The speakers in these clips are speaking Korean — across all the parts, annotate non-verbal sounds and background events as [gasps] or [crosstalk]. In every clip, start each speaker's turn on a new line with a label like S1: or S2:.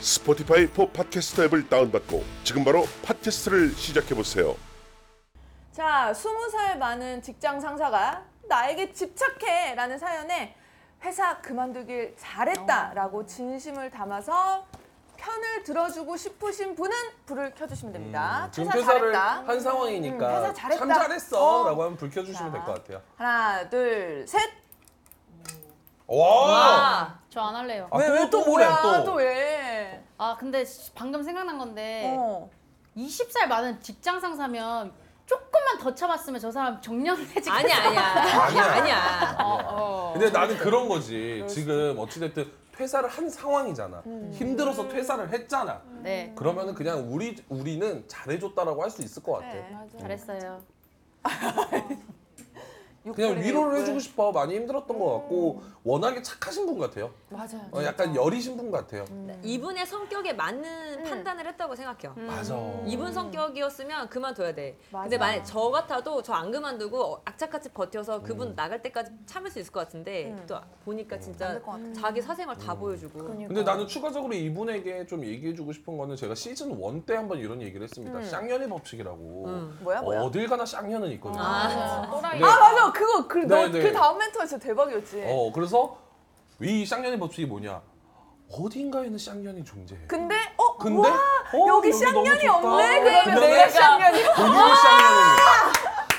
S1: 스포티파이 포 팟캐스터 앱을 다운받고 지금 바로 팟캐스트를 시작해 보세요.
S2: 자, 스무 살 많은 직장 상사가 나에게 집착해 라는 사연에 회사 그만두길 잘했다 라고 진심을 담아서 편을 들어주고 싶으신 분은 불을 켜주시면 됩니다.
S3: 음, 지금
S2: 회사
S3: 표사를
S2: 잘했다.
S3: 한
S2: 음,
S3: 상황이니까
S2: 회사 잘했다.
S3: 참 잘했어
S2: 어.
S3: 라고 하면 불 켜주시면 될 것 같아요.
S2: 하나, 둘, 셋.
S3: 와!
S4: 저 안 할래요.
S3: 아,
S2: 아. 왜, 왜 또
S3: 그래,
S2: 뭐야? 또,
S3: 또.
S2: 왜?
S4: 아 근데 방금 생각난 건데
S2: 어.
S4: 20살 많은 직장 상사면 조금만 더 참았으면 저 사람 정년퇴직. 아니
S5: 아니야.
S3: 아니야.
S5: 아니야.
S3: 근데 나는 그런 거지. 지금 어찌됐든 퇴사를 한 상황이잖아.
S2: 음.
S3: 힘들어서 퇴사를 했잖아.
S4: 네.
S3: 그러면은 그냥 우리 우리는 잘해줬다라고 할 수 있을 것 같아.
S2: 네,
S4: 잘했어요.
S3: 그냥 위로를
S2: 네.
S3: 해주고 싶어. 많이 힘들었던 것 같고 워낙에 착하신 분 같아요.
S2: 음. 맞아요. 음.
S3: 어, 약간 여리신 분 같아요.
S5: 이분의 성격에 맞는 판단을 했다고 생각해요.
S3: 맞아.
S2: 음.
S5: 이분 성격이었으면 그만둬야 돼. 근데 만약 저 같아도 저 안 그만두고 어, 악착같이 버텨서 그분 나갈 때까지 참을 수 있을 것 같은데 또 보니까 진짜 자기 사생활 다 보여주고
S3: 근데 나는 추가적으로 이분에게 좀 얘기해주고 싶은 거는 제가 시즌 1 때 한번 이런 얘기를 했습니다. 쌍년의 법칙이라고.
S2: 음. 뭐야, 뭐야?
S3: 어딜 가나 쌍년은 있거든요.
S4: 또라이.
S3: 네.
S2: 아, 네. 맞아. 그거, 그, 너,
S3: 네, 네.
S2: 그 다음 멘트가 진짜 대박이었지.
S3: 어, 그래서 이 쌍년의 법칙이 뭐냐? 어딘가에는 쌍년이 존재해.
S2: 근데, 어?
S3: 근데
S2: 와,
S3: 어,
S2: 여기
S3: 너무
S2: 쌍년이
S3: 좋다.
S2: 없네? 그러면
S3: 근데
S2: 내가 쌍년이.
S3: 본인이 쌍년입니다.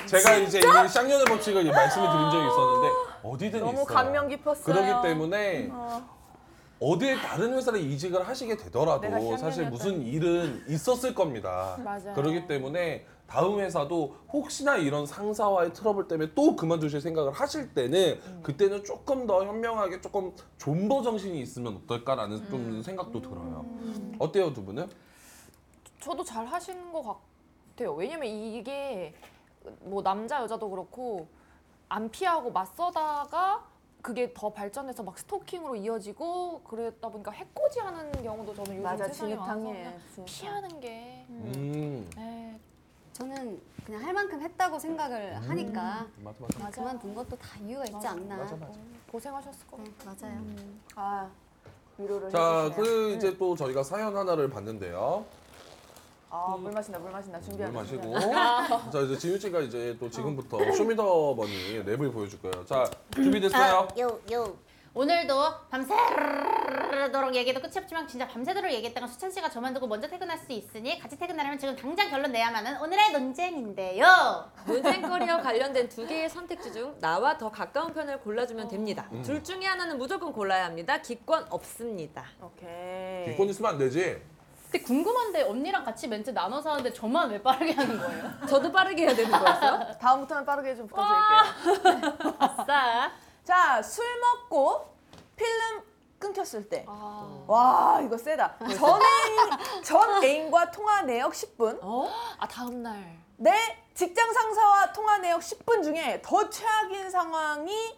S3: 제가 이제 이 쌍년의 법칙을 이제 말씀을 드린 적이 있었는데 어디든
S2: 너무
S3: 있어요.
S2: 감명 깊었어요. 어.
S3: 그렇기 때문에 어디에 다른 회사를 이직을 하시게
S2: 내가
S3: 되더라도
S2: 쌍년이었다.
S3: 사실 무슨 일은 있었을 겁니다.
S4: 맞아요.
S3: 그렇기
S6: 음,
S3: 때문에 다음 회사도 혹시나 이런 상사와의 트러블 때문에 또 그만두실 생각을 하실 때는 그때는 조금 더 현명하게 조금 존버 정신이 있으면 어떨까라는 좀 생각도 들어요. 어때요 두 분은?
S6: 저도 잘 하시는 것 같아요. 왜냐면 이게 뭐 남자 여자도 그렇고 안 피하고 맞서다가 그게 더 발전해서 막 스토킹으로 이어지고 그랬다 보니까 해코지 하는 경우도 저는 요즘
S2: 맞아,
S6: 세상에 많아서
S2: 진입탕이에요.
S6: 그냥 피하는 게
S3: 음.
S6: 네,
S7: 저는 그냥 할 만큼 했다고 생각을 하니까
S3: 음, 맞아 맞아.
S6: 맞아.
S7: 그만둔 것도 다 이유가 있지 않나.
S3: 맞아 맞아.
S6: 고생하셨을 것 같아요.
S7: 네, 맞아요.
S2: 아, 위로를
S3: 자,
S2: 해주시네요.
S3: 그 이제 또 저희가 사연 하나를 봤는데요.
S2: 아, 물 마신다, 물 마신다.
S3: 물
S2: 준비하고.
S3: 마시고. 자, 이제 지윤 씨가 이제 또 지금부터 쇼미더머니 랩을 보여줄 거예요. 자, 준비됐어요?
S5: 아,
S4: 오늘도 밤새도록 얘기해도 끝이 없지만 진짜 밤새도록 얘기했다가 수찬 씨가 저만 두고 먼저 퇴근할 수 있으니 같이 퇴근하려면 지금 당장 결론 내야만 하는 오늘의 논쟁인데요.
S5: 논쟁거리와 관련된 두 개의 선택지 중 나와 더 가까운 편을 골라주면 됩니다. 둘 중에 하나는 무조건 골라야 합니다. 기권 없습니다.
S2: 오케이.
S3: 기권 있으면 안 되지.
S4: 근데 궁금한데 언니랑 같이 멘트 나눠서 하는데 저만 왜 빠르게 하는 거예요?
S5: 저도 빠르게 해야 되는 거였어요?
S2: 다음부터는 빠르게 좀 부탁드릴게요.
S4: 아싸.
S2: 자, 술 먹고 필름 끊겼을 때.
S5: 아.
S2: 와, 이거 세다. 전 애인, 전 애인과 통화 내역 10분.
S6: 아 다음 날
S2: 내 직장 상사와 통화 내역 10분 중에 더 최악인 상황이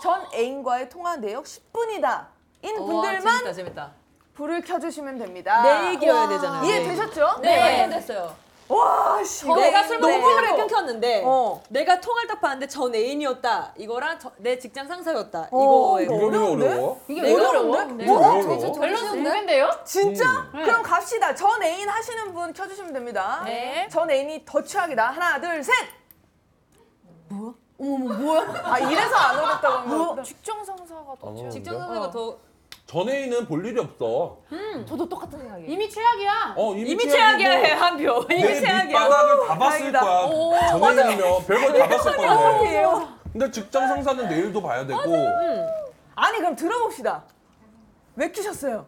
S2: 전 애인과의 통화 내역 10분이다. 인
S5: 와,
S2: 분들만
S5: 어, 재밌다, 재밌다.
S2: 불을 켜주시면 됩니다.
S5: 내 얘기여야 네 되잖아요.
S2: 이해 되셨죠?
S5: 네, 완전됐어요.
S2: 와, 씨. 이거
S5: 내가 술 먹고
S2: 너무
S5: 필름이
S2: 어려워.
S5: 끊겼는데
S2: 어.
S5: 네. 내가 통화를 딱 봤는데 전 애인이었다. 이거랑 저- 내 직장 상사였다.
S2: 어,
S5: 이거예요.
S2: 이거
S3: 이거는
S2: 어려운데?
S3: 어려워.
S4: 이게
S8: 네.
S2: 내가
S4: 어려운데?
S3: 이거 왜 어려워?
S4: 밸런스 붕괴인데요?
S2: 진짜?
S4: 네.
S2: 그럼 갑시다. 전 애인 하시는 분 켜주시면 됩니다.
S4: 네.
S2: 전 애인이 더 최악이다. 하나, 둘, 셋. 뭐야? 뭐? 어머, 뭐, 뭐야? 아 이래서 안 어렵다고 하는 거. 같다.
S6: 직장 상사가 더
S3: 어려운데?
S5: 직장 상사가 더
S3: 전혜인은 볼 일이 없어.
S6: 음, 저도 똑같은 생각이에요.
S4: 이미 최악이야.
S3: 어,
S5: 이미 최악이야 해, 한 표. 이미
S3: 내
S5: 최악이야.
S3: 밑바닥을 다 봤을
S2: 다행이다.
S3: 거야. 전혜인이면 별걸 다 봤을 건데.
S2: 어떡해요?
S3: 근데 직장 상사는 내일도 봐야 되고.
S2: 아니 그럼 들어봅시다. 왜 켜셨어요?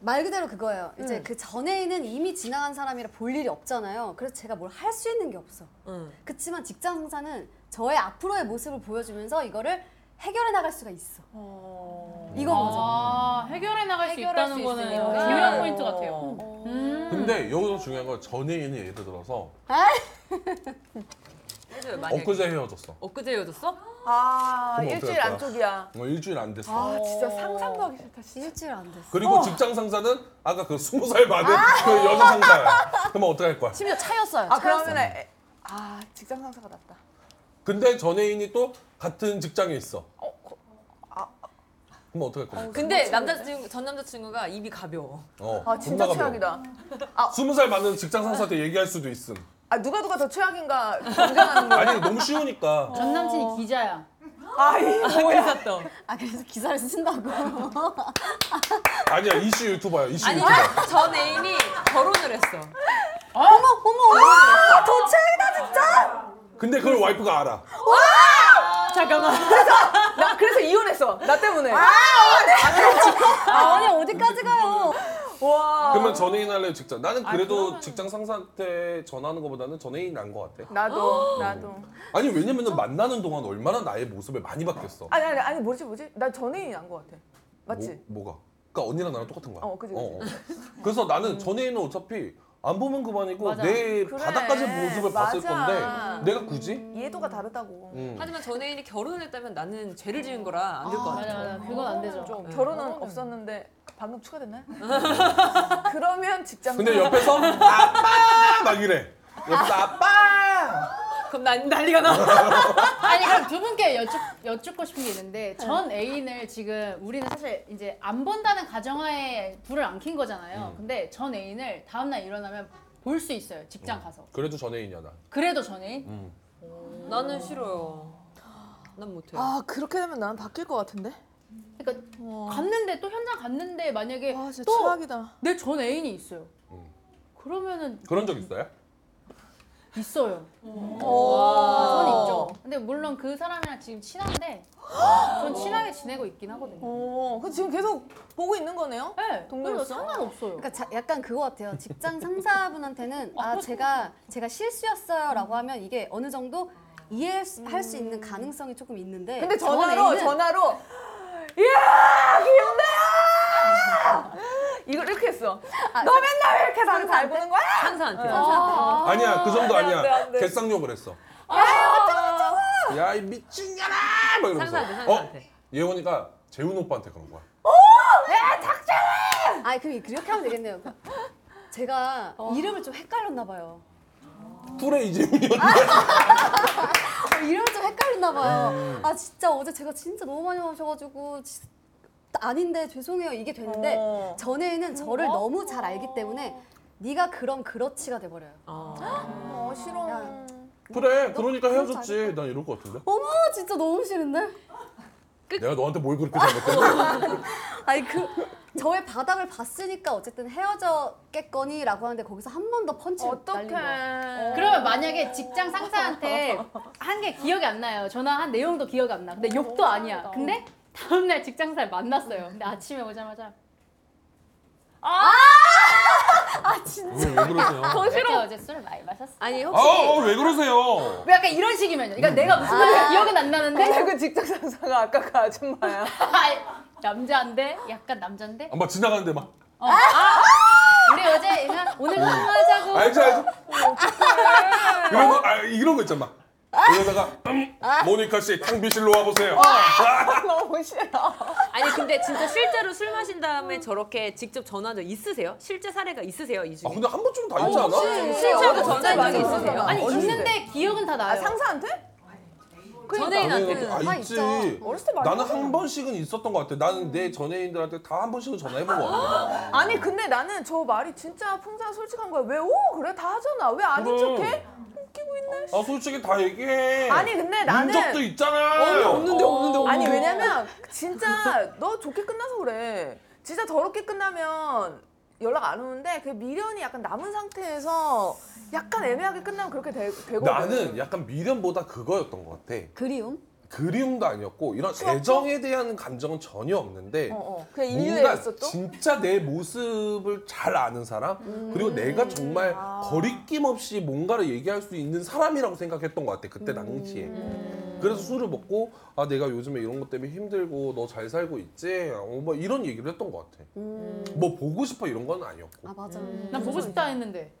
S7: 말 그대로 그거예요. 이제 그 전에는 이미 지나간 사람이라 볼 일이 없잖아요. 그래서 제가 뭘 할 수 있는 게 없어.
S5: 응.
S7: 그렇지만 직장 상사는 저의 앞으로의 모습을 보여주면서 이거를 해결해 나갈 수가 있어.
S2: 어.
S7: 이건 거죠.
S8: 아, 해결해 나갈 수
S2: 해결할
S8: 있다는
S2: 수
S8: 거는
S6: 아,
S2: 있으니까.
S8: 중요한 포인트 같아요. 음.
S3: 근데 여기서 중요한 건 전혜인이 예를 들어서
S5: 해줘요, 만약에.
S3: 엊그제 헤어졌어.
S5: 엊그제 헤어졌어?
S2: 아
S3: 그럼
S2: 일주일
S3: 어떡할 거야?
S2: 안쪽이야.
S3: 뭐 일주일 안 됐어.
S2: 아 진짜 상상도 하기 싫다 진짜.
S7: 일주일 안 됐어.
S3: 그리고 직장 상사는 아까 그 스무 살 많은 그 여자 상사야. 그러면 어떻게 할 거야?
S7: 심지어 차였어요.
S2: 아 그러면 애- 아 직장 상사가 낫다.
S3: 근데 전혜인이 또 같은 직장에 있어. 그럼 어떻게 할 거야?
S5: 근데 남자친구 전 남자친구가 입이 가벼워.
S3: 어,
S2: 아 진짜
S3: 존나 가벼워.
S2: 최악이다.
S3: 스무 살 많은 직장 상사한테 얘기할 수도 있음.
S2: 아 누가 누가 더 최악인가 경쟁하는
S3: [laughs]
S2: 거.
S3: 아니 너무 쉬우니까.
S8: 전 남친이 기자야.
S2: 아이 뭐야.
S7: 아 그래서 기사를 쓴다고.
S3: 아니야 이슈 유튜버야 이슈
S5: 아니
S3: 유튜버.
S5: 전 애인이 결혼을 했어.
S3: 음.
S7: 어머 어머 와 도착이다 진짜.
S3: 근데 그걸 와이프가 알아.
S2: 어. 나 그래서 이혼했어. 나 때문에.
S7: 아, 아니 어디까지 가요?
S2: 와.
S3: 그러면 전혜인 할래 직장. 나는
S2: 아,
S3: 그래도 직장 상사한테 전하는 것보다는 전혜인 난것 같아.
S2: 나도 나도.
S3: 아니 왜냐면은 만나는 동안 얼마나 나의 모습에 많이 바뀌었어.
S2: 아니 아니 아니 뭐지 뭐지? 나 전혜인이 난것 같아. 맞지?
S3: 뭐, 뭐가? 그러니까 언니랑 나랑 똑같은 거야.
S2: 어, 그지, 그지.
S3: 어. 그래서 나는 전혜인은 어차피 안 보면 그만이고 내
S2: 그래.
S3: 바닥까지 모습을 봤을
S2: 맞아.
S3: 건데 내가 굳이?
S2: 이해도가 다르다고.
S3: 음.
S5: 하지만 전 애인이 결혼을 했다면 나는 죄를 지은 거라 안 될 것
S8: 맞아,
S5: 같아.
S8: 맞아. 그건 안 되죠.
S2: 좀 결혼은 없었는데 방금 [laughs] 추가됐나요? 그러면 직장 [laughs]
S3: 근데 옆에서 아빠 막 이래. 옆에서 아빠.
S5: 그럼 난 난리가 나.
S8: 아니 그럼 두 분께 여쭙, 여쭙고 싶은 게 있는데 전 애인을 지금 우리는 사실 이제 안 본다는 가정하에 불을 안 킨 거잖아요. 근데 전 애인을 다음날 일어나면 볼 수 있어요. 직장 가서.
S3: 그래도 전혜인이야 난.
S8: 그래도 전 애인?
S5: 나는 싫어요. 난 못해. 요
S2: 아 그렇게 되면 나는 바뀔 것 같은데.
S8: 그러니까 갔는데 또 현장 갔는데 만약에
S2: 와 아, 진짜
S8: 또
S2: 최악이다.
S8: 내 전 애인이 있어요. 그러면은
S3: 그런 적 있어요?
S8: 있어요.
S2: 와.
S8: 저는 있죠. 근데 물론 그 사람이랑 지금 친한데 전 친하게 지내고 있긴 하거든요.
S2: 어, 그 지금 계속 보고 있는 거네요?
S8: 네,
S2: 동료로서?
S8: 그래서 상관없어요.
S7: 그러니까 자- 약간 그거 같아요. 직장
S2: [laughs]
S7: 상사분한테는 아 제가 제가 실수였어요라고 하면 이게 어느 정도 이해할 수, 할수
S2: 음.
S7: 있는 가능성이 조금 있는데.
S2: 근데
S7: 전
S2: 전화로
S7: 애인은
S2: 전화로 [gasps] 이야 기억나! 아, 이걸 이렇게 했어. 너 맨날 왜 이렇게 나를 잘 보는 거야?
S5: 상사한테.
S3: 아니야 그 정도
S2: 안 돼, 안
S3: 아니야.
S2: 돼.
S3: 개쌍욕을 했어. 야이 미친년아! 막 이러면서.
S5: 상사한테, 상사한테.
S3: 어? 예원이가 재훈 오빠한테 그런 거야.
S7: 아니 그럼 이렇게 하면 되겠네요. 그러니까 제가
S2: 어.
S7: 이름을 좀 헷갈렸나 봐요.
S3: 툴의 이재훈이었는데
S7: 어, 이름을 좀 헷갈렸나
S2: 음.
S7: 봐요. 아 진짜 어제 제가 진짜 너무 많이 마셔가지고 지- 아닌데 죄송해요 이게 됐는데
S2: 어.
S7: 전에는 저를 너무 잘 알기 때문에 네가 그럼 그렇지가 돼버려요.
S2: 어 싫어.
S7: 야.
S3: 그래 그러니까 헤어졌지 난 이럴 것 같은데
S7: 어머 진짜 너무 싫은데?
S3: 내가 너한테 뭘 그렇게 잘못했는데
S7: 아니 그 저의 바닥을 봤으니까 어쨌든 헤어졌겠거니라고 하는데 거기서 한 번 더 펀치를
S2: 어떡해.
S7: 날린 거예요.
S8: 그러면 만약에 직장 상사한테 한 게 기억이 안 나요. 전화한 내용도 기억이 안 나. 근데 욕도 아니야. 근데 다음날 직장 상사를 만났어요. 근데 아침에 오자마자
S3: 왜, 왜 그러세요?
S8: 싫어. 어제 술을 많이 마셨어.
S5: 아니 혹시
S3: 아왜 그러세요?
S8: 뭐 약간 이런 식이면요. 그러니까 내가 무슨 말인지 기억은 안
S2: 근데
S8: 나는데
S2: 그 직장 상사가 아까 그 아줌마야.
S8: 아, 남자인데 약간 남자인데
S3: 아막 지나가는데 막
S8: 우리 어제 그냥 오늘 통화하자고
S3: 알지 알지 이런 거 아, 이런 거 있잖아 막 이러다가 음, 모니카 씨 탕비실로 와보세요
S2: [laughs]
S3: 아,
S2: 너무 싫어.
S5: 아니 근데 진짜 실제로 술 마신 다음에 저렇게 직접 전화한 적 있으세요? 실제 사례가 있으세요 이 중에?
S3: 아 근데 한 번쯤은 다 있지 않아?
S5: 실제로 전화한
S2: 많이
S5: 적이 있으세요?
S2: 있으세요?
S5: 아니
S8: 아니 있는데 기억은 다 나요.
S2: 아 상사한테?
S5: 전혜인한테는
S3: 아,
S7: 다
S3: 있지
S7: 있죠.
S2: 어렸을 때 많이
S3: 나는
S2: 하잖아.
S3: 한 번씩은 있었던 것 같아 나는 내 전애인들한테 다 한 번씩은 전화해본 것 같아
S2: 아니 근데 나는 저 말이 진짜 풍자 솔직한 거야. 왜 오 그래 다 하잖아. 왜 아닌
S3: 그럼.
S2: 척해? 웃기고 있네.
S3: 아 솔직히 다 얘기해
S2: 아니 근데 나는
S3: 적도 있잖아
S5: 없는데 없는데 없는데
S2: 아니 왜냐면 진짜 너 좋게 끝나서 그래. 진짜 더럽게 끝나면 연락 안 오는데 그 미련이 약간 남은 상태에서 약간 애매하게 끝나면 그렇게 되, 되거든.
S3: 나는 약간 미련보다 그거였던 것 같아
S7: 그리움?
S3: 그리움도 아니었고 이런 애정에 대한 감정은 전혀 없는데
S2: 그렇죠. 어, 어. 그냥
S3: 뭔가
S2: 인류였어 또.
S3: 진짜 내 모습을 잘 아는 사람
S2: 음.
S3: 그리고 내가 정말
S2: 아. 음.
S3: 거리낌 없이 뭔가를 얘기할 수 있는 사람이라고 생각했던 것 같아 그때 당시에 그래서 술을 먹고 아 내가 요즘에 이런 것 때문에 힘들고 너 잘 살고 있지? 어, 뭐 이런 얘기를 했던 것 같아.
S2: 음.
S3: 뭐 보고 싶어 이런 건 아니었고.
S7: 아 맞아.
S8: 나 보고 싶다 했는데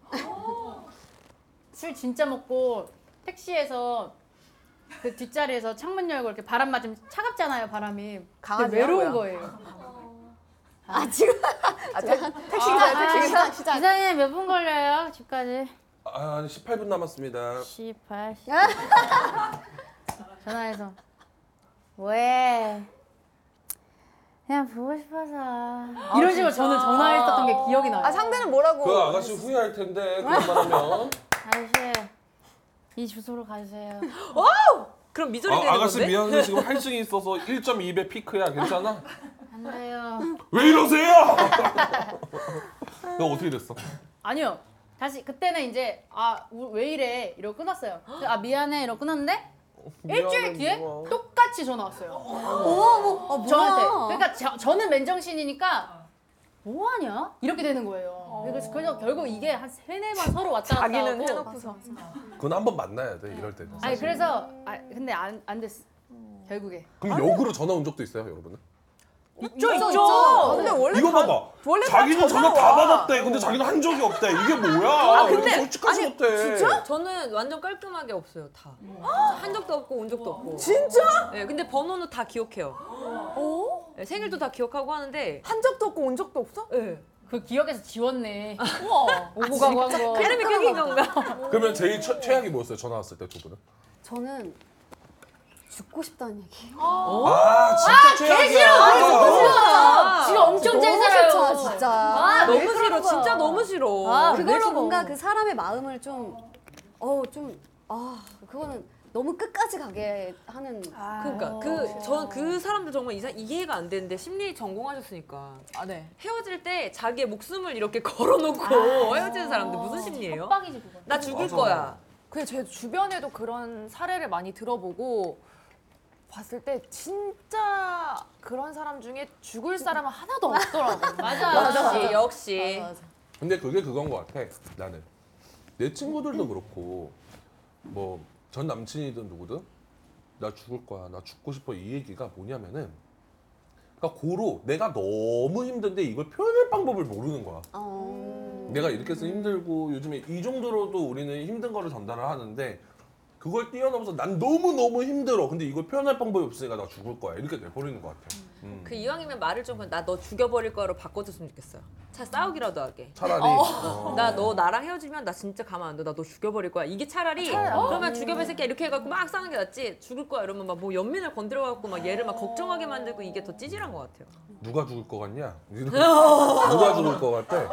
S8: 술 진짜 먹고 택시에서 그 뒷자리에서 창문 열고 이렇게 바람 맞으면 차갑잖아요 바람이
S2: 강아지야,
S8: 근데 외로운
S2: 뭐야?
S8: 거예요 [laughs]
S7: 아 지금
S8: 아,
S2: 택시기사 택시기사
S7: 시작 시작.
S4: 기사님 몇 분 걸려요 집까지?
S3: 아, 한 18분
S2: [laughs]
S3: 남았습니다.
S4: 18. 전화해서 왜? 그냥 보고 싶어서.
S8: 이런 식으로 저는 전화했었던 게 기억이 나요
S2: 아 상대는 뭐라고?
S3: 그 아가씨 후회할 텐데 그런 말 하면
S4: 아저씨 이 주소로 가세요.
S5: 그럼 미절이 되는
S3: 아, 아가씨
S5: 건데?
S3: 미안해 지금 할증이 있어서 1.2배 피크야 괜찮아?
S4: 안 돼요.
S3: 왜 이러세요? [laughs] 너 어떻게 됐어?
S8: 아니요. 다시 그때는 이제 아 왜 이래 이러고 끊었어요. 그래서 아 미안해 이러고 끊었는데 일주일
S3: 미안해,
S8: 뒤에
S3: 고마워.
S8: 똑같이 전화 왔어요.
S7: 어머 어 뭐야?
S8: 저한테. 그러니까 저, 저는 맨정신이니까 뭐 하냐? 이렇게 되는 거예요. 그래서,
S4: 어.
S8: 그래서 결국 이게 한 세네 번 서로 왔다 갔다
S2: 자기는
S8: 하고
S2: 해놓고서
S3: 그건 한번 만나야 돼 이럴 때는
S8: 아니
S3: 사실.
S8: 그래서 아 근데 안 안 됐어. 결국에.
S3: 그럼 역으로 전화 온 적도 있어요 여러분은?
S2: 있죠 있죠.
S7: 있죠.
S2: 아, 근데 원래
S3: 이거
S2: 다-
S3: 봐봐
S2: 원래 다
S3: 자기는 전화 다
S2: 와.
S3: 받았대 근데 자기는 한 적이 없대 이게 뭐야
S2: 아, 근데-
S3: 왜 솔직하지 못해 진짜?
S5: 네. 저는 완전 깔끔하게 없어요 다. 한 적도 없고 온 적도 없고.
S2: 진짜
S5: 네, 근데 번호는 다 기억해요. 네, 생일도 다 기억하고 하는데 네.
S2: 한 적도 없고 온 적도 없어?
S8: 그 기억에서 지웠네. 우와. 오고 가고 한 거.
S6: 그
S5: 사람이 끊긴 건가?
S3: 그러면 제일 처- 최악이 뭐였어요 전화 왔을 때 두 분은?
S7: 저는 죽고 싶다는 얘기.
S8: 어?
S3: 아 어. 진짜
S8: 아,
S3: 최악이야
S8: 지금 엄청 잘
S7: 너무
S8: 살아요.
S7: 싫다 진짜.
S5: 아 너무 싫어 진짜 너무 싫어.
S7: 아, 그걸로 뭔가 그 사람의 마음을 좀, 어, 좀, 아, 그거는 너무 끝까지 가게 하는.
S5: 그러니까 그 저는 그 사람들 정말 이상 이해가 안 되는데 심리 전공하셨으니까
S2: 아 네.
S5: 헤어질 때 자기의 목숨을 이렇게 걸어놓고 [laughs] 헤어지는 사람들 무슨 심리예요?
S8: 빵이지 아. 그거.
S5: 나 죽을
S3: 맞아.
S5: 거야.
S6: 그 제 주변에도 그런 사례를 많이 들어보고 봤을 때 진짜 그런 사람 중에 죽을 사람은 하나도 없더라고.
S8: 맞아.
S5: 역시 역시.
S3: 근데 그게 그건 것 같아 나는 내 친구들도 그렇고 뭐 전 남친이든 누구든 나 죽을 거야 나 죽고 싶어 이 얘기가 뭐냐면은 그러니까 고로 내가 너무 힘든데 이걸 표현할 방법을 모르는 거야
S7: 어.
S3: 내가 이렇게 해서 힘들고 요즘에 이 정도로도 우리는 힘든 거를 전달을 하는데 그걸 뛰어넘어서 난 너무너무 힘들어 근데 이걸 표현할 방법이 없으니까 나 죽을 거야 이렇게 돼버리는 것 같아 음.
S5: 그 이왕이면 말을 좀 나 너 죽여버릴 거로 바꿔줬으면 좋겠어요. 차 싸우기라도 하게.
S3: 차라리
S8: 음.
S3: 어.
S5: [laughs] 나 너 나랑 헤어지면 나 진짜 가만 안 둬. 나 너 죽여버릴 거야. 이게 차라리
S8: 아, 어? 음.
S5: 그러면 죽여버릴 새끼야 이렇게 해갖고 막 싸우는 게 낫지. 죽을 거야 이러면 막 뭐 연민을 건드려갖고 막 얘를 막 걱정하게 만들고 이게 더 찌질한 것 같아요.
S3: 누가 죽을 것 같냐 이렇게. 누가 죽을 것 같아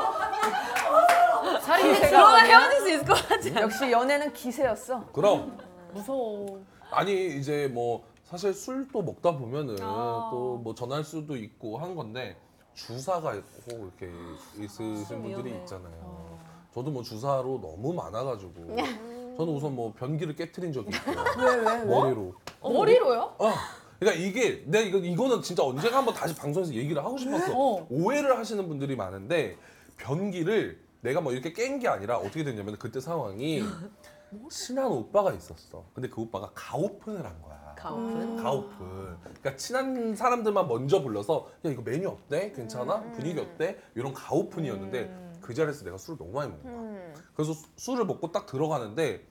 S8: 살인
S5: 그러면
S8: 택시가
S5: 헤어질 수 있을 것 같지 않아?
S2: 역시 연애는 기세였어.
S3: 그럼
S8: 무서워.
S3: 아니 이제 뭐 사실 술도 먹다 보면은
S8: 아.
S3: 또 뭐 전할 수도 있고 한 건데 주사가 있고 이렇게 있으신 분들이
S8: 어.
S3: 있잖아요. 저도 뭐 주사로 너무 많아가지고 저는 우선 뭐 변기를 깨트린 적이 있고 머리로.
S8: 머리로요?
S3: 어. 그러니까 이게 내가 이거 이거는 진짜 언젠가 한번 다시 방송에서 얘기를 하고 싶었어.
S8: 어.
S3: 오해를 하시는 분들이 많은데 변기를 내가 뭐 이렇게 깬 게 아니라 어떻게 됐냐면 그때 상황이 친한 오빠가 있었어. 근데 그 오빠가 가오픈을 한 거야.
S5: 가오픈.
S3: 가오픈. 그러니까 친한 사람들만 먼저 불러서 야 이거 메뉴 어때? 괜찮아?
S2: 음.
S3: 분위기 어때? 이런 가오픈이었는데 그 자리에서 내가 술을 너무 많이 먹은 거야.
S2: 음.
S3: 그래서 수- 술을 먹고 딱 들어가는데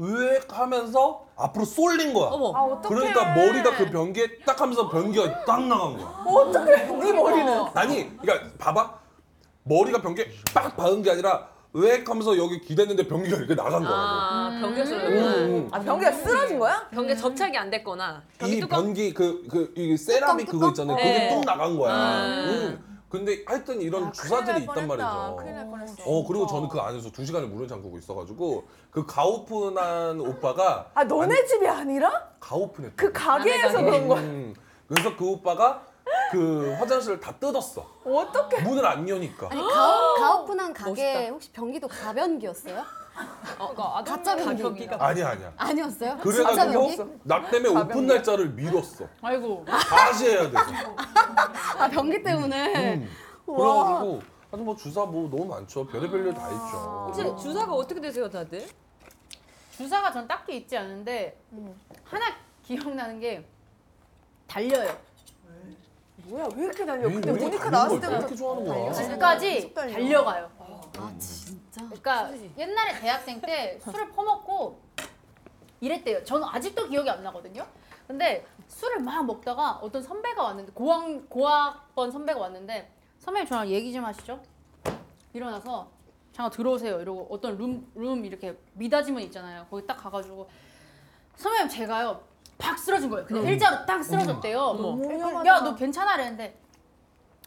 S3: 으액 하면서 앞으로 쏠린 거야.
S5: 어머.
S2: 아 어떡해.
S3: 그러니까 머리가 그 변기에 딱 하면서 변기가 딱 나간 거야.
S2: 어떡해. 네 머리는.
S3: 아니, 그러니까 봐봐. 머리가 변기에 빡 박은 게 아니라 으액 하면서 여기 기댔는데 변기가 이렇게 나간 거라고.
S5: 아
S3: 음,
S5: 변기에서
S3: 음.
S2: 아 변기가 쓰러진 거야?
S5: 변기 접착이 안 됐거나 변기
S3: 이
S5: 뚜껑
S3: 변기 그 그 이 세라믹 그거 있잖아요. 그게
S5: 네.
S3: 뚝 나간 거야.
S5: 아.
S3: 음. 근데 하여튼 이런
S2: 아,
S3: 그 주사들이
S2: 큰일
S3: 있단
S2: 날 뻔했다.
S3: 말이죠.
S2: 큰일 날 뻔했어.
S3: 어 그리고 저는 그 안에서 두 시간을 물을 잠그고 있어가지고 그 가오픈한 오빠가
S2: 아 너네 집이 아니라?
S3: 가오픈했다.
S2: 그 가게에서
S5: 남의
S2: 그런 거야.
S3: 음, 그래서 그 오빠가 그 화장실을 다 뜯었어.
S2: 어떡해.
S3: 문을 안 여니까.
S7: 아니, 가오, 가오픈한 가게 혹시 변기도 가변기였어요? 가짜 변기.
S2: 그러니까
S3: 아니야 아니야.
S7: 아니었어요? 진짜 변기?
S3: 그래가지고 나 때문에 오픈 날짜를 미뤘어.
S8: 아이고.
S3: 다시 해야 돼서. 음.
S7: 아, 변기
S2: 네.
S7: 때문에.
S3: 그래가지고 아니 뭐 주사 뭐 너무 많죠. 별의별 일 다 있죠.
S5: 혹시 주사가 어떻게 되세요 다들?
S8: 주사가 전 딱히 있지 않은데
S4: 음.
S8: 하나 기억나는 게 달려요.
S2: 뭐야 왜 이렇게 날려? 근데
S3: 왜
S2: 모니카
S3: 달리는
S2: 나왔을
S3: 걸까? 왜
S2: 때부터
S3: 이렇게 좋아하는 거야?
S8: 집까지
S2: 달려.
S8: 달려가요.
S7: 네. 아 진짜.
S8: 그러니까 옛날에 대학생
S7: [laughs]
S8: 때 술을 퍼먹고 이랬대요. 저는 아직도 기억이 안 나거든요. 근데 술을 막 먹다가 어떤 선배가 왔는데 고학 고학번 선배가 왔는데 선배님 저랑 얘기 좀 하시죠. 일어나서 잠깐 들어오세요. 이러고 어떤 룸, 룸 이렇게 미닫이문 있잖아요. 거기 딱 가가지고 선배님 제가요 팍 쓰러진 거예요. 그냥 일자로 딱 쓰러졌대요. 야 너 괜찮아? 이랬는데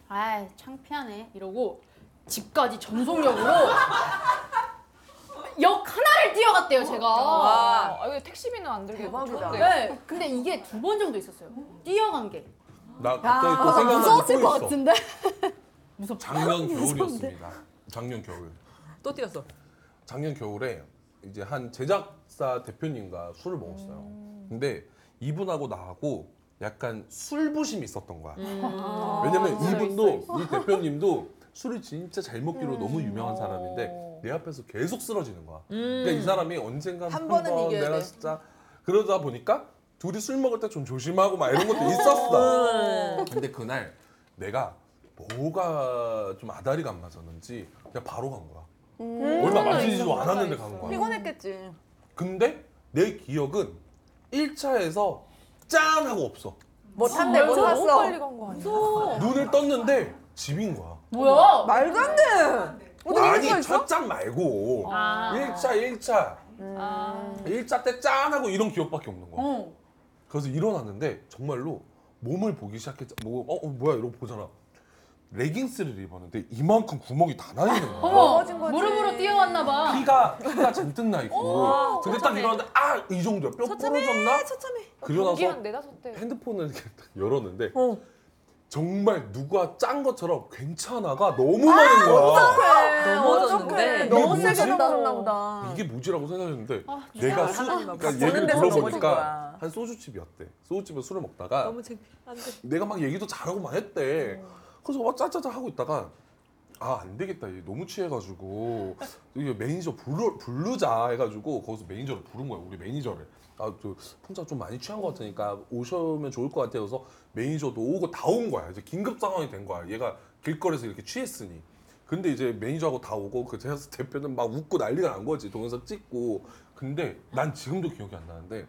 S8: 아이 창피하네 이러고 집까지 전속력으로 [laughs] 역 하나를 뛰어갔대요 제가
S2: 와.
S6: 아, 이거 택시비는 안 들게
S2: 대박이다.
S6: 좋은데.
S8: 네, 근데 이게 두 번 정도 있었어요 뛰어간 게
S3: 나 갑자기 또
S7: 아, 무서웠을
S3: 생각나는
S7: 것
S3: 거 있어.
S7: 같은데. [laughs]
S3: 작년 겨울이었습니다. 작년 겨울.
S5: 또 뛰었어.
S3: 작년 겨울에 이제 한 제작사 대표님과 술을 먹었어요.
S2: 음.
S3: 근데 이분하고 나하고 약간 술부심이 있었던 거야.
S2: 음.
S3: 왜냐면 이분도 이 대표님도 술을 진짜 잘 먹기로 너무
S2: 음.
S3: 유명한
S2: 어.
S3: 사람인데 내 앞에서 계속 쓰러지는 거야. 그러니까 이 사람이 언젠가
S2: 한 번은 이겨야
S3: 내가
S2: 돼.
S3: 진짜 그러다 보니까 둘이 술 먹을 때 좀 조심하고 막 이런 것도 있었어. 근데 그날 내가 뭐가 좀 아다리가 안 맞았는지 그냥 바로 간 거야. 얼마 마시지도 않았는데 간 거야.
S2: 피곤했겠지.
S3: 근데 내 기억은 1차에서 짠 하고 없어.
S2: 못뭐 탔네 못
S6: 아, 너무 빨리
S2: 탔어.
S6: 간 거 아니야?
S3: 눈을 떴는데 집인 거야.
S8: 뭐야?
S2: 말도 안 돼.
S8: 뭐
S2: 어떻게 이럴 수가
S3: 아니
S2: 있어?
S3: 첫 짠 말고
S8: 아.
S3: 1차 1차
S8: 아.
S3: 1차 때 짠 하고 이런 기억밖에 없는 거야.
S8: 어.
S3: 그래서 일어났는데 정말로 몸을 보기 시작했죠. 뭐, 어, 어, 뭐야 이러고 보잖아. 레깅스를 입었는데 이만큼 구멍이 다 나 있는 거야.
S8: 어머
S2: 떨어진 거지.
S8: 무릎으로 뛰어왔나 봐
S3: 피가 피가 잔뜩 나 있고. 근데 딱 일어났는데 아 이 정도야. 뼈 부러졌나? 그리고
S6: 여기
S3: 나서
S6: 한 네다섯 대.
S3: 핸드폰을 이렇게 [laughs] 딱 열었는데 정말 누가 짠 것처럼 괜찮아가 너무 많은 거야.
S2: 어떡해.
S5: 넘어졌는데.
S2: 네, 어떡해. 너무
S3: 이게
S2: 세게
S3: 뭐지?
S2: 넘어졌나 보다.
S3: 이게 뭐지라고 생각했는데
S8: 아, 진짜
S3: 내가
S8: 얼마나
S3: 술,
S5: 많이
S3: 그러니까
S5: 먹었어.
S3: 얘기를
S2: 보는 데서 넘어진
S3: 들어보니까
S2: 거야.
S3: 한 소주집이었대. 소주집에서 술을 먹다가
S5: 너무 창피. 안 돼.
S3: 내가 막 얘기도 잘하고 막 했대. 그래서 막 짜짜짜 하고 있다가 아 안 되겠다 얘 너무 취해가지고 이게 매니저 부르, 부르자 해가지고 거기서 매니저를 부른 거야 우리 매니저를 아저 풍자 좀 많이 취한 것 같으니까 오시면 좋을 것 같아요 그래서 매니저도 오고 다 온 거야 이제 긴급 상황이 된 거야 얘가 길거리에서 이렇게 취했으니 근데 이제 매니저하고 다 오고 그 제스 대표는 막 웃고 난리가 난 거지 동영상 찍고 근데 난 지금도 기억이 안 나는데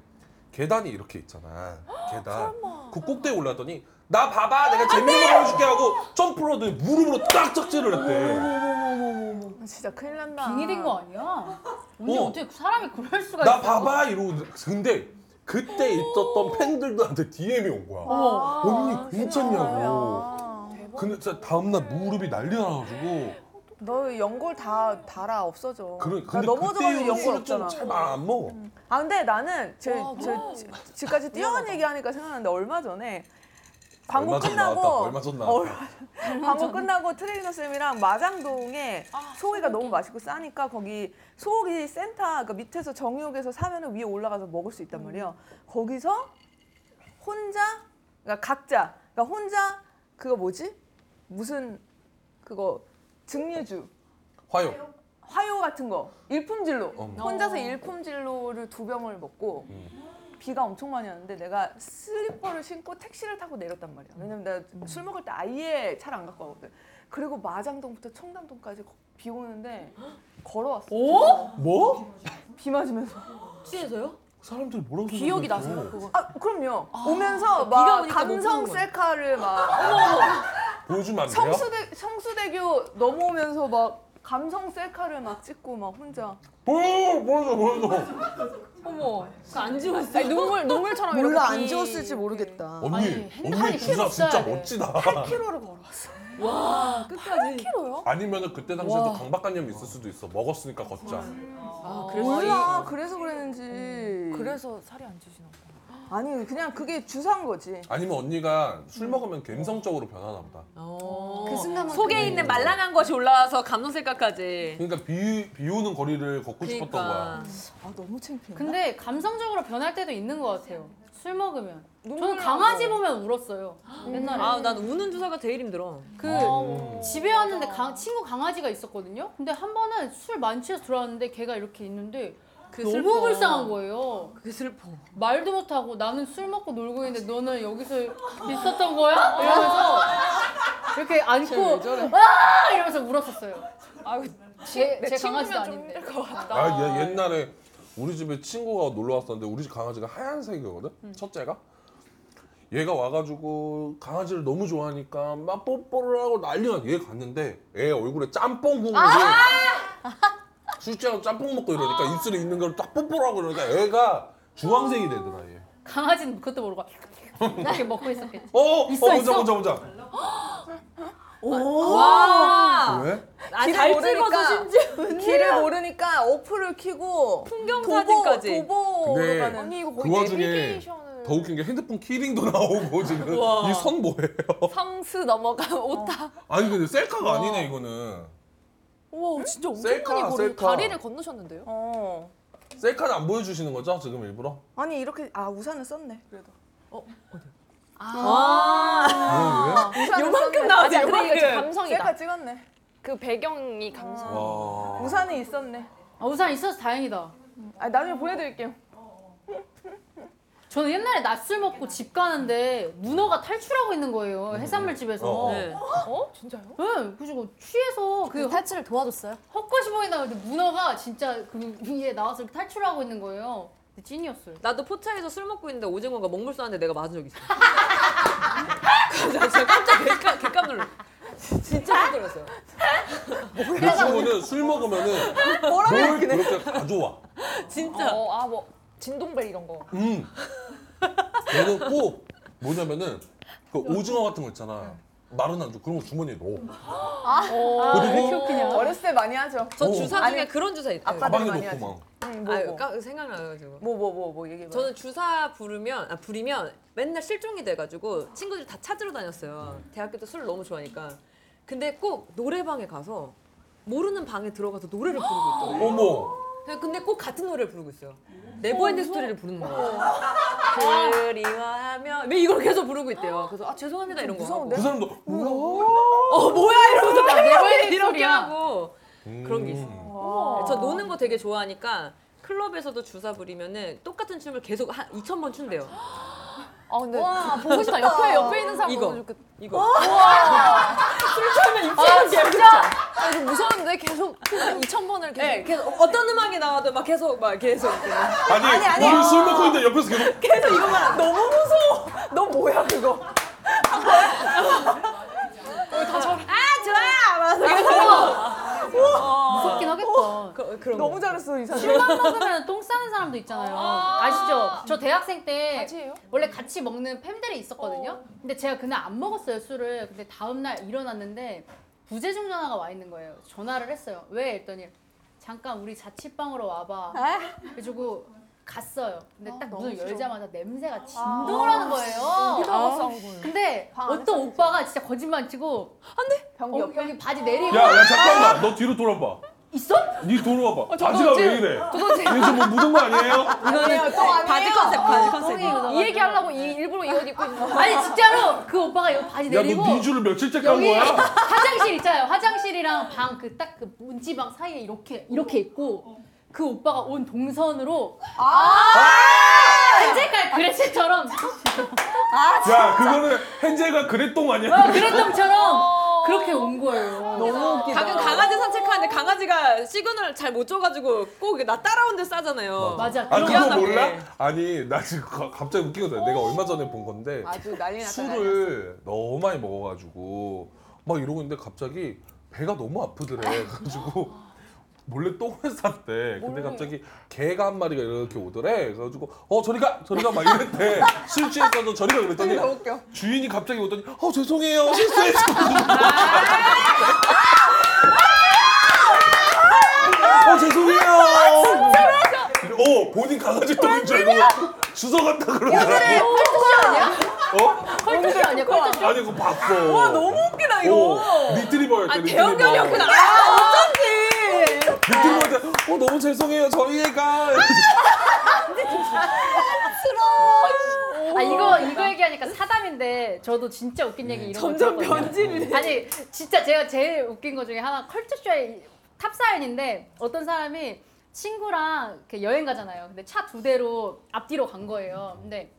S3: 계단이 이렇게 있잖아
S8: [gasps]
S3: 계단 그 꼭대기 올라더니 나 봐봐
S8: 아,
S3: 내가
S8: 네.
S3: 재밌는 거 보여줄게 하고 점프로 내 무릎으로 딱 착지를 했대 어.
S2: 아, 진짜 큰일 난다.
S8: 빙의된 거 아니야? 언니
S3: 어.
S8: 어. 떻게 사람이 그럴 수가
S3: 나
S8: 있어
S3: 봐봐 이러고 근데 그때 있었던 팬들도 한테 DM이 온 거야
S8: 어머
S3: 언니 괜찮냐고
S2: 아,
S3: 근데 진짜 다음날 무릎이 난리 나가지고
S2: 너 연골 다 달아 없어져.
S3: 그래
S2: 나
S3: 그러니까. 근데
S2: 넘어져가지고
S3: 그때
S2: 연골
S3: 연습을
S2: 없잖아.
S3: 좀잘안 먹어
S2: 아 근데 나는 제,
S6: 와,
S2: 제
S8: 뭐.
S2: 지- 지금까지 뛰어난 얘기하니까 생각났는데 얼마 전에 광고
S3: 얼마 전
S2: 끝나고
S3: 나왔다, 얼마 전 나왔다.
S2: 얼마- 광고 끝나고 트레이너 쌤이랑 마장동에 아, 소고기가 너무 맛있고 싸니까 거기 소고기 센터 그러니까 밑에서 정육에서 사면은 위에 올라가서 먹을 수 있단 말이에요. 거기서 혼자 그러니까 각자 그러니까 혼자 그거 뭐지 무슨 그거 증류주
S3: 화요
S2: 화요 같은 거 일품질로
S3: 어머.
S2: 혼자서 일품질로를 두 병을 먹고 비가 엄청 많이 왔는데 내가 슬리퍼를 신고 택시를 타고 내렸단 말이야. 왜냐면 내가 술 먹을 때 아예 차를 안 갖고 가거든. 그리고 마장동부터 청담동까지 거- 비 오는데 걸어왔어.
S3: 뭐?
S2: 비 맞으면서.
S5: 취해서요?
S3: 사람들이 뭐라고
S6: 기억이
S3: 생각했어?
S6: 나세요 그거?
S2: 아 그럼요. 오면서
S5: 비가
S2: 막
S5: 오니까 못
S2: 감성
S5: 보는 거야.
S2: 셀카를 막
S3: 보여주면 안 돼요?
S2: 성수대 성수대교 넘어오면서 막 감성 셀카를 막 찍고 막 혼자.
S3: 보여줘 보여줘 보여줘
S5: 어머. 그안 지웠어.
S6: 아니, 눈물 눈물처럼 이렇게
S2: 몰라 안
S6: 비-
S2: 지웠을지 모르겠다.
S3: 언니,
S8: 어, 아니,
S3: 언니
S8: 핸드폰이
S3: 주사
S8: 필요
S3: 진짜
S8: 없어야 돼.
S3: 멋지다.
S5: 와
S8: 그러니까
S5: 끝까지.
S3: 아니면은 그때 당시에도 강박관념이 있을 수도 있어. 먹었으니까 걷자.
S5: 아
S2: 몰라 그래서 그랬는지.
S6: 그래서 살이 안 찌시나 봐.
S2: 아니 그냥 그게 주사인 거지.
S3: 아니면 언니가 술 먹으면 감성적으로 변하나 보다.
S7: 그 순간만
S5: 어. 속에 있는 말랑한 것이 올라와서 감동색깔까지.
S3: 그러니까 비, 비우는 거리를 걷고
S5: 그러니까.
S3: 싶었던 거야.
S2: 아 너무 창피해.
S8: 근데 감성적으로 변할 때도 있는 것 같아요 술 먹으면 저는
S2: 눈물
S8: 강아지
S2: 나고.
S8: 보면 울었어요 옛날에
S5: 아, 난 우는 주사가 제일 힘들어.
S8: 그 집에 왔는데 강- 친구 강아지가 있었거든요. 근데 한 번은 술 많이 취해서 들어왔는데 걔가 이렇게 있는데
S5: 그
S8: 너무
S5: 슬퍼.
S8: 불쌍한 거예요.
S5: 그게 슬퍼.
S8: 말도 못하고 나는 술 먹고 놀고 있는데 너는 여기서 있었던 거야? 이러면서 이렇게 안고 와 이러면서 울었었어요. 아유 제, 제 강아지도 아닌데.
S3: 아, 얘 옛날에 우리 집에 친구가 놀러 왔었는데 우리 집 강아지가 하얀색이거든. 첫째가. 얘가 와가지고 강아지를 너무 좋아하니까 막 뽀뽀를 하고 난리가 났- 얘 갔는데 애 얼굴에 짬뽕 국물이 [laughs] 술취하고 짬뽕 먹고 이러니까 입술에 있는 걸 딱 뽀뽀를 하고 이러니까 애가 주황색이 되더라 얘.
S8: 강아지는 그것도 모르고 이렇게 먹고 있었겠지.
S3: 어,
S8: 있어,
S3: 어,
S8: 있어.
S3: 보자, 보자, 보자.
S2: 어, 와.
S3: 왜?
S5: 아직
S2: 잘
S5: 모르니까
S2: 찍어서 길을 모르니까 어플을 켜고
S5: 풍경
S2: 도보,
S5: 사진까지.
S2: 도보
S3: 근데
S2: 가는
S6: 언니 이거
S3: 그
S6: 거의
S3: 와중에
S6: 내비게이션을
S3: 더 웃긴 게 핸드폰 키링도 나오고 지금
S5: 우와.
S3: 이 선 뭐예요?
S6: 상스 넘어간 오타.
S3: 아니 근데 셀카가 아니네 이거는.
S6: 우와 진짜 엄청
S3: 셀카,
S6: 많이 걸어.
S3: 셀카.
S6: 다리를 건너셨는데요?
S2: 어.
S3: 셀카는 안 보여주시는 거죠 지금 일부러?
S2: 아니 이렇게 아 우산을 썼네 그래도
S3: 아,
S2: 요만큼
S6: 아니 근데 이거 진짜 감성이다.
S2: 셀카 찍었네
S6: 그 배경이 감성.
S3: 와.
S2: 우산이 있었네
S8: 아, 우산 있어서 다행이다.
S2: 아 나중에 보내드릴게요
S8: 저는 옛날에 낮술 먹고 집 가는데 문어가 탈출하고 있는
S5: 음.
S8: 거예요 해산물 집에서.
S3: 어.
S5: 네.
S6: 어? 진짜요?
S8: 네, 그래가지고 취해서 그
S7: 탈출을 도와줬어요?
S8: 헛것이 보인다 근데 문어가 진짜 그 위에 나와서 이렇게 탈출하고 있는 거예요. 근데 찐이었어요.
S5: 나도 포차에서 술 먹고 있는데 오징어가 먹물 쏘는데 내가 맞은 적 있어. [laughs] 그래서 진짜 깜짝 개깜, 개깜 놀랐어. 진짜 힘들었어요.
S3: 내그 친구는 술 먹으면은 뭘 그렇게 가져와.
S5: 진짜.
S6: 어, 아 뭐 진동벨 이런 거.
S3: 음. 얘는 꼭 뭐냐면은 그 오징어 같은 거 있잖아. 마른 안주 그런 거 주머니에 넣어.
S5: 어.
S8: 아, 왜 이렇게 웃기냐.
S2: 어렸을 때 많이 하죠
S5: 저
S3: 오.
S5: 주사 중에 그런 주사 있다.
S2: 아빠들
S3: 가방에
S2: 많이
S3: 넣고 막.
S5: 아유, 까- 생각나가지고.
S2: 뭐 뭐 뭐 뭐
S8: 네.
S2: 얘기해
S5: 저는 주사 부르면 아 부리면 맨날 실종이 돼가지고 친구들이 다 찾으러 다녔어요.
S8: 네.
S5: 대학교 때 술을 너무 좋아하니까. 근데 꼭 노래방에 가서 모르는 방에 들어가서 노래를 부르고 있더라고요.
S8: [gasps]
S3: 어머.
S5: 그냥 근데 꼭 같은 노래를 부르고 있어요. 네버엔딩 스토리를 부르는 거예요. 그리워하면 왜 이걸 계속 부르고 있대요. 그래서 아 죄송합니다 이런 거 하고
S3: 그 사람도 우와.
S5: 어 뭐야 이러면서
S8: 네버엔딩
S5: 이렇게
S8: 스토리야. 음.
S5: 하고 그런 게 있어요. 저 노는 거 되게 좋아하니까 클럽에서도 주사 부리면은 똑같은 춤을 계속 한 2천 번 춘대요.
S6: 아 근데 와 [laughs] 보고 싶다. 옆에 옆에 있는 사람
S5: 이거.
S6: 보고 싶겠다.
S5: 이거. 술 취하면 입체는 게 진짜.
S6: 아, 이거 무서운데 계속 2,000번을 계속.
S5: 네, 계속 어떤 음악이 나와도 막 계속 막 계속 이렇게.
S3: 아니, 우리 술 먹고 있는데 옆에서 계속
S5: 계속 이거만 너무 무서워. 너 뭐야 그거? 아 좋아. 맞아.
S8: 무섭긴 하겠다.
S5: 그, 그런 거.
S2: 너무 잘했어 이 사람
S8: 술만 먹으면 똥 싸는 사람도 있잖아요. 아시죠? 저 대학생 때
S6: 같이예요?
S8: 원래 같이 먹는 팬들이 있었거든요. 근데 제가 그날 안 먹었어요 술을. 근데 다음 날 일어났는데 부재중 전화가 와 있는 거예요. 전화를 했어요. 왜? 했더니 잠깐 우리 자취방으로 와봐. 그래가지고 갔어요. 근데 딱 문을 열자마자 냄새가 진동을 하는 거예요. 어. 근데 어떤 오빠가 진짜 거짓말 치고
S2: 변기
S8: 어,
S2: 옆에
S8: 여기 바지 내리고
S3: 야, 야 잠깐만. 너 뒤로 돌아봐.
S8: 있어?
S3: 니 돌아봐. 바지가 왜 이래? 얘 지금 뭐 묻은 거 아니에요?
S5: 이거는 네, 바지 컨셉, 바지 컨셉.
S8: 똥이
S6: 어,
S8: 네.
S6: 이 얘기하려고 이, 일부러 이 옷 입고 있는 거.
S8: 아니 진짜로 그 오빠가 이거 바지
S3: 야,
S8: 내리고
S3: 너 니주를 며칠째 깐
S8: [laughs] 여기 아,
S3: 거야?
S8: 화장실 있잖아요. 화장실이랑 방 그 딱 그 문지방 사이에 이렇게 이렇게 있고
S6: 어.
S8: 그 오빠가 온 동선으로 아! 헨젤깔 그레시처럼
S3: 야, 그거는 헨젤과 그랬똥 아니야?
S8: 어, 그랬동처럼 그렇게 온 거예요.
S6: 아.
S2: 너무 웃기다
S5: 가끔 강아지 산책하는데 강아지가 시그널 잘 못 줘가지고 꼭 나 따라온 데 싸잖아요.
S8: 맞아.
S3: 아
S8: 그런
S3: 그거
S5: 미안하네.
S3: 몰라? 아니 나 지금 가- 갑자기 웃긴 거잖아. 내가 얼마 전에 본 건데
S2: 네, 아주 난리 났다 난리 났다.
S3: 술을 너무 많이 먹어가지고 막 이러고 있는데 갑자기 배가
S2: [laughs]
S3: 너무 아프더래. 그래가지고 몰래 똥을 쌌대. 근데 갑자기 개가 한 마리가 이렇게 오더래. 그래가지고 어 저리가 저리가 막
S2: [laughs]
S3: 이랬대. 술 취했어도 저리가 그랬더니
S2: 너무 웃겨
S3: 주인이 갑자기 오더니 어
S2: [laughs]
S3: 죄송해요 실수했어. 어 죄송해요. 어 본인 강아지 똥인 줄 알고 주워 갔다 그러더라고. 어?
S8: 컬투쇼 아니야? 컬투쇼.
S3: 아니 그거 봤어. 와 너무
S5: 웃기다,
S3: 어, 리트리버였대.
S5: 아
S3: 리트리버.
S5: 대형견이었구나.
S3: 어.
S5: 아 어쩐지.
S3: 리트리버한테 어 너무 죄송해요 저희 애가.
S8: 아 이거 이거 얘기하니까 사담인데 저도 진짜 웃긴 얘기 이런
S5: 점점
S8: 거 들었거든요.
S5: 변질을.
S8: 아니 진짜 제가 제일 웃긴 거 중에 하나 컬투쇼의 탑 사연인데 어떤 사람이 친구랑 이렇게 여행 가잖아요. 근데 차 두 대로 앞뒤로 간 거예요. 근데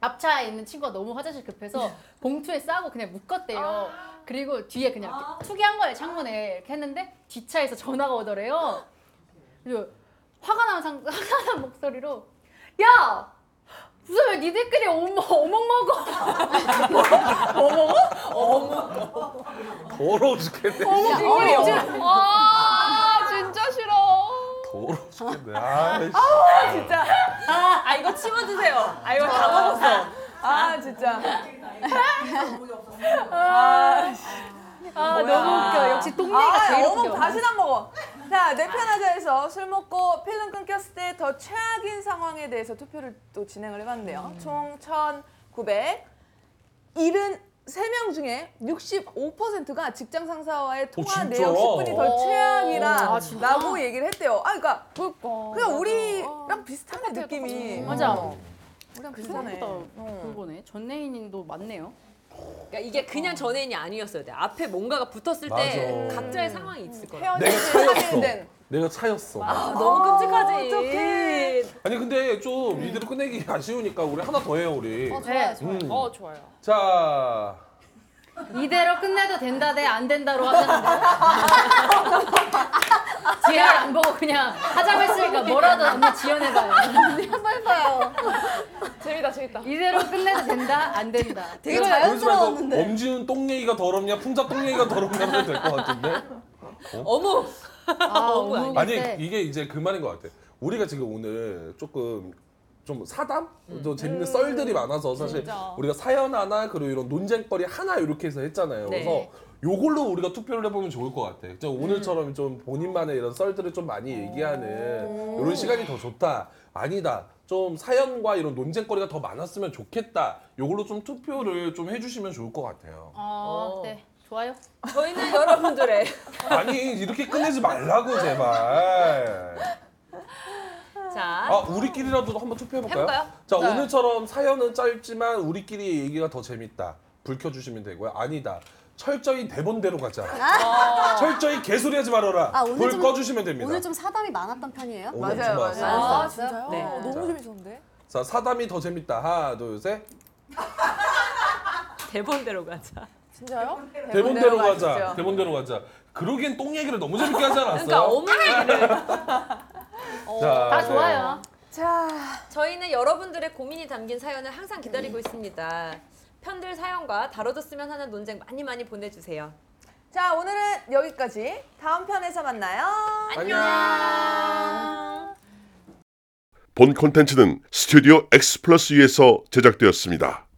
S8: 앞차에 있는 친구가 너무 화장실 급해서
S5: [laughs]
S8: 봉투에 싸고 그냥 묶었대요.
S5: 아.
S8: 그리고 뒤에 그냥 이렇게 투기한 거예요. 창문에 이렇게 했는데 뒷차에서 전화가 오더래요. 그리고 화가 난, 상, [laughs] 화가 난 목소리로 야! 무슨 왜 니들끼리 어머, 어묵 먹어?
S3: 더러워 죽겠네.
S8: 어묵 먹어? 아, 진짜 싫어.
S3: 더러워 죽겠네. 아이씨.
S2: 진짜. 아, 아, 이거 치워주세요. 아, 이거 다 먹었어. 아, 진짜. [laughs] 아, 씨.
S8: 아,
S2: 뭐야.
S8: 너무 웃겨. 역시 똥내기가
S2: 아,
S8: 제일
S2: 어묵
S8: 웃겨.
S2: 다시는 안 먹어. 자, 내 편 하자에서 술 먹고 필름 끊겼을 때 더 최악인 상황에 대해서 투표를 또 진행을
S8: 음.
S2: 해봤는데요. 총 1,973명 중에 65%가 직장 상사와의 통화
S3: 진짜?
S2: 내역 10분이 더
S3: 오.
S2: 최악이라
S8: 어. 아, 진짜? 어,
S2: 라고 얘기를 했대요. 아, 그러니까 그냥
S6: 맞아. 어.
S2: 우리랑 비슷한 네 느낌이.
S8: 맞아.
S2: 우리랑 비슷하네.
S8: 어, 생각보다 그거네. 전 애인도 많네요.
S5: 그러니까 이게 그냥 전애인이 아니었어야 돼. 앞에 뭔가가 붙었을 때
S3: 맞아.
S5: 각자의 상황이 있을 거야.
S2: 헤어진
S3: 내가
S2: 지
S3: 차였어.
S2: 4일 된.
S3: 내가 차였어.
S5: 아, 너무 끔찍하지.
S2: 어떡해.
S3: 아니 근데 좀 이대로 끝내기 아쉬우니까 우리 하나 더 해요 우리.
S8: 네.
S3: 음.
S6: 어 좋아요.
S3: 자.
S8: 이대로 끝내도 된다 대 안 된다로 하자는데. [laughs] 지혜를 안 보고 그냥 하자고 했으니까 뭐라도 한번
S7: [laughs]
S8: 지연해봐요.
S7: 한번 해봐요.
S6: 재밌다 재밌다.
S8: 이대로 끝내도 된다 안 된다.
S7: 되게
S3: 그러지 말고
S7: 자연스러웠는데.
S3: 엄지훈 똥 얘기가 더럽냐 풍자 똥 얘기가 더럽냐 하면 될 것
S7: [laughs]
S3: 같은데.
S5: 어머.
S8: 아,
S5: 어묵
S7: 네.
S8: 어묵인데.
S3: 아니 이게 이제 그 말인 것 같아. 우리가 지금 오늘 조금 좀 사담,
S7: 음.
S3: 또 재밌는 썰들이 많아서 사실 우리가 사연 하나 그리고 이런 논쟁거리 하나 이렇게 해서 했잖아요.
S5: 네.
S3: 그래서 요걸로 우리가 투표를 해보면 좋을 것 같아. 좀
S7: 음.
S3: 오늘처럼 좀 본인만의 이런 썰들을 좀 많이 얘기하는 이런 시간이 더 좋다. 아니다. 좀 사연과 이런 논쟁거리가 더 많았으면 좋겠다. 요걸로 좀 투표를 좀 해주시면 좋을 것 같아요.
S8: 어, 네. 좋아요.
S5: 저희는 여러분들의 [laughs]
S3: 아니 이렇게 끝내지 말라고 제발.
S5: 자
S3: 아, 우리끼리라도 한번 투표해볼까요?
S5: 해볼까요?
S3: 자, 오늘처럼 사연은 짧지만 우리끼리 얘기가 더 재밌다. 불 켜주시면 되고요. 아니다. 철저히 대본대로 가자. 철저히 개소리 하지 말아라.
S7: 아, 오늘
S3: 불
S7: 좀-
S3: 꺼주시면 됩니다.
S7: 오늘 좀 사담이 많았던 편이에요?
S3: 오늘
S2: 맞아요,
S3: 좀 왔어요.
S2: 맞아요.
S7: 아,
S6: 진짜요?
S5: 네.
S6: 너무 재밌었는데.
S3: 자, 사담이 더 재밌다. 하나, 둘, 셋.
S5: 대본대로 가자.
S6: 진짜요?
S3: 대본대로 가자.
S2: 가시죠.
S3: 대본대로 가자. 그러기엔 똥 얘기를 너무 재밌게 하지 않았어요?
S5: 그러니까 어머 얘기를
S3: 자,
S8: 다
S3: 네.
S8: 좋아요.
S2: 자,
S5: 저희는 여러분들의 고민이 담긴 사연을 항상 기다리고 있습니다. 편들 사연과 다뤄줬으면 하는 논쟁 많이 많이 보내주세요.
S2: 자 오늘은 여기까지. 다음 편에서 만나요.
S5: 안녕.
S1: 본 콘텐츠는 스튜디오 X 플러스 위에서 제작되었습니다.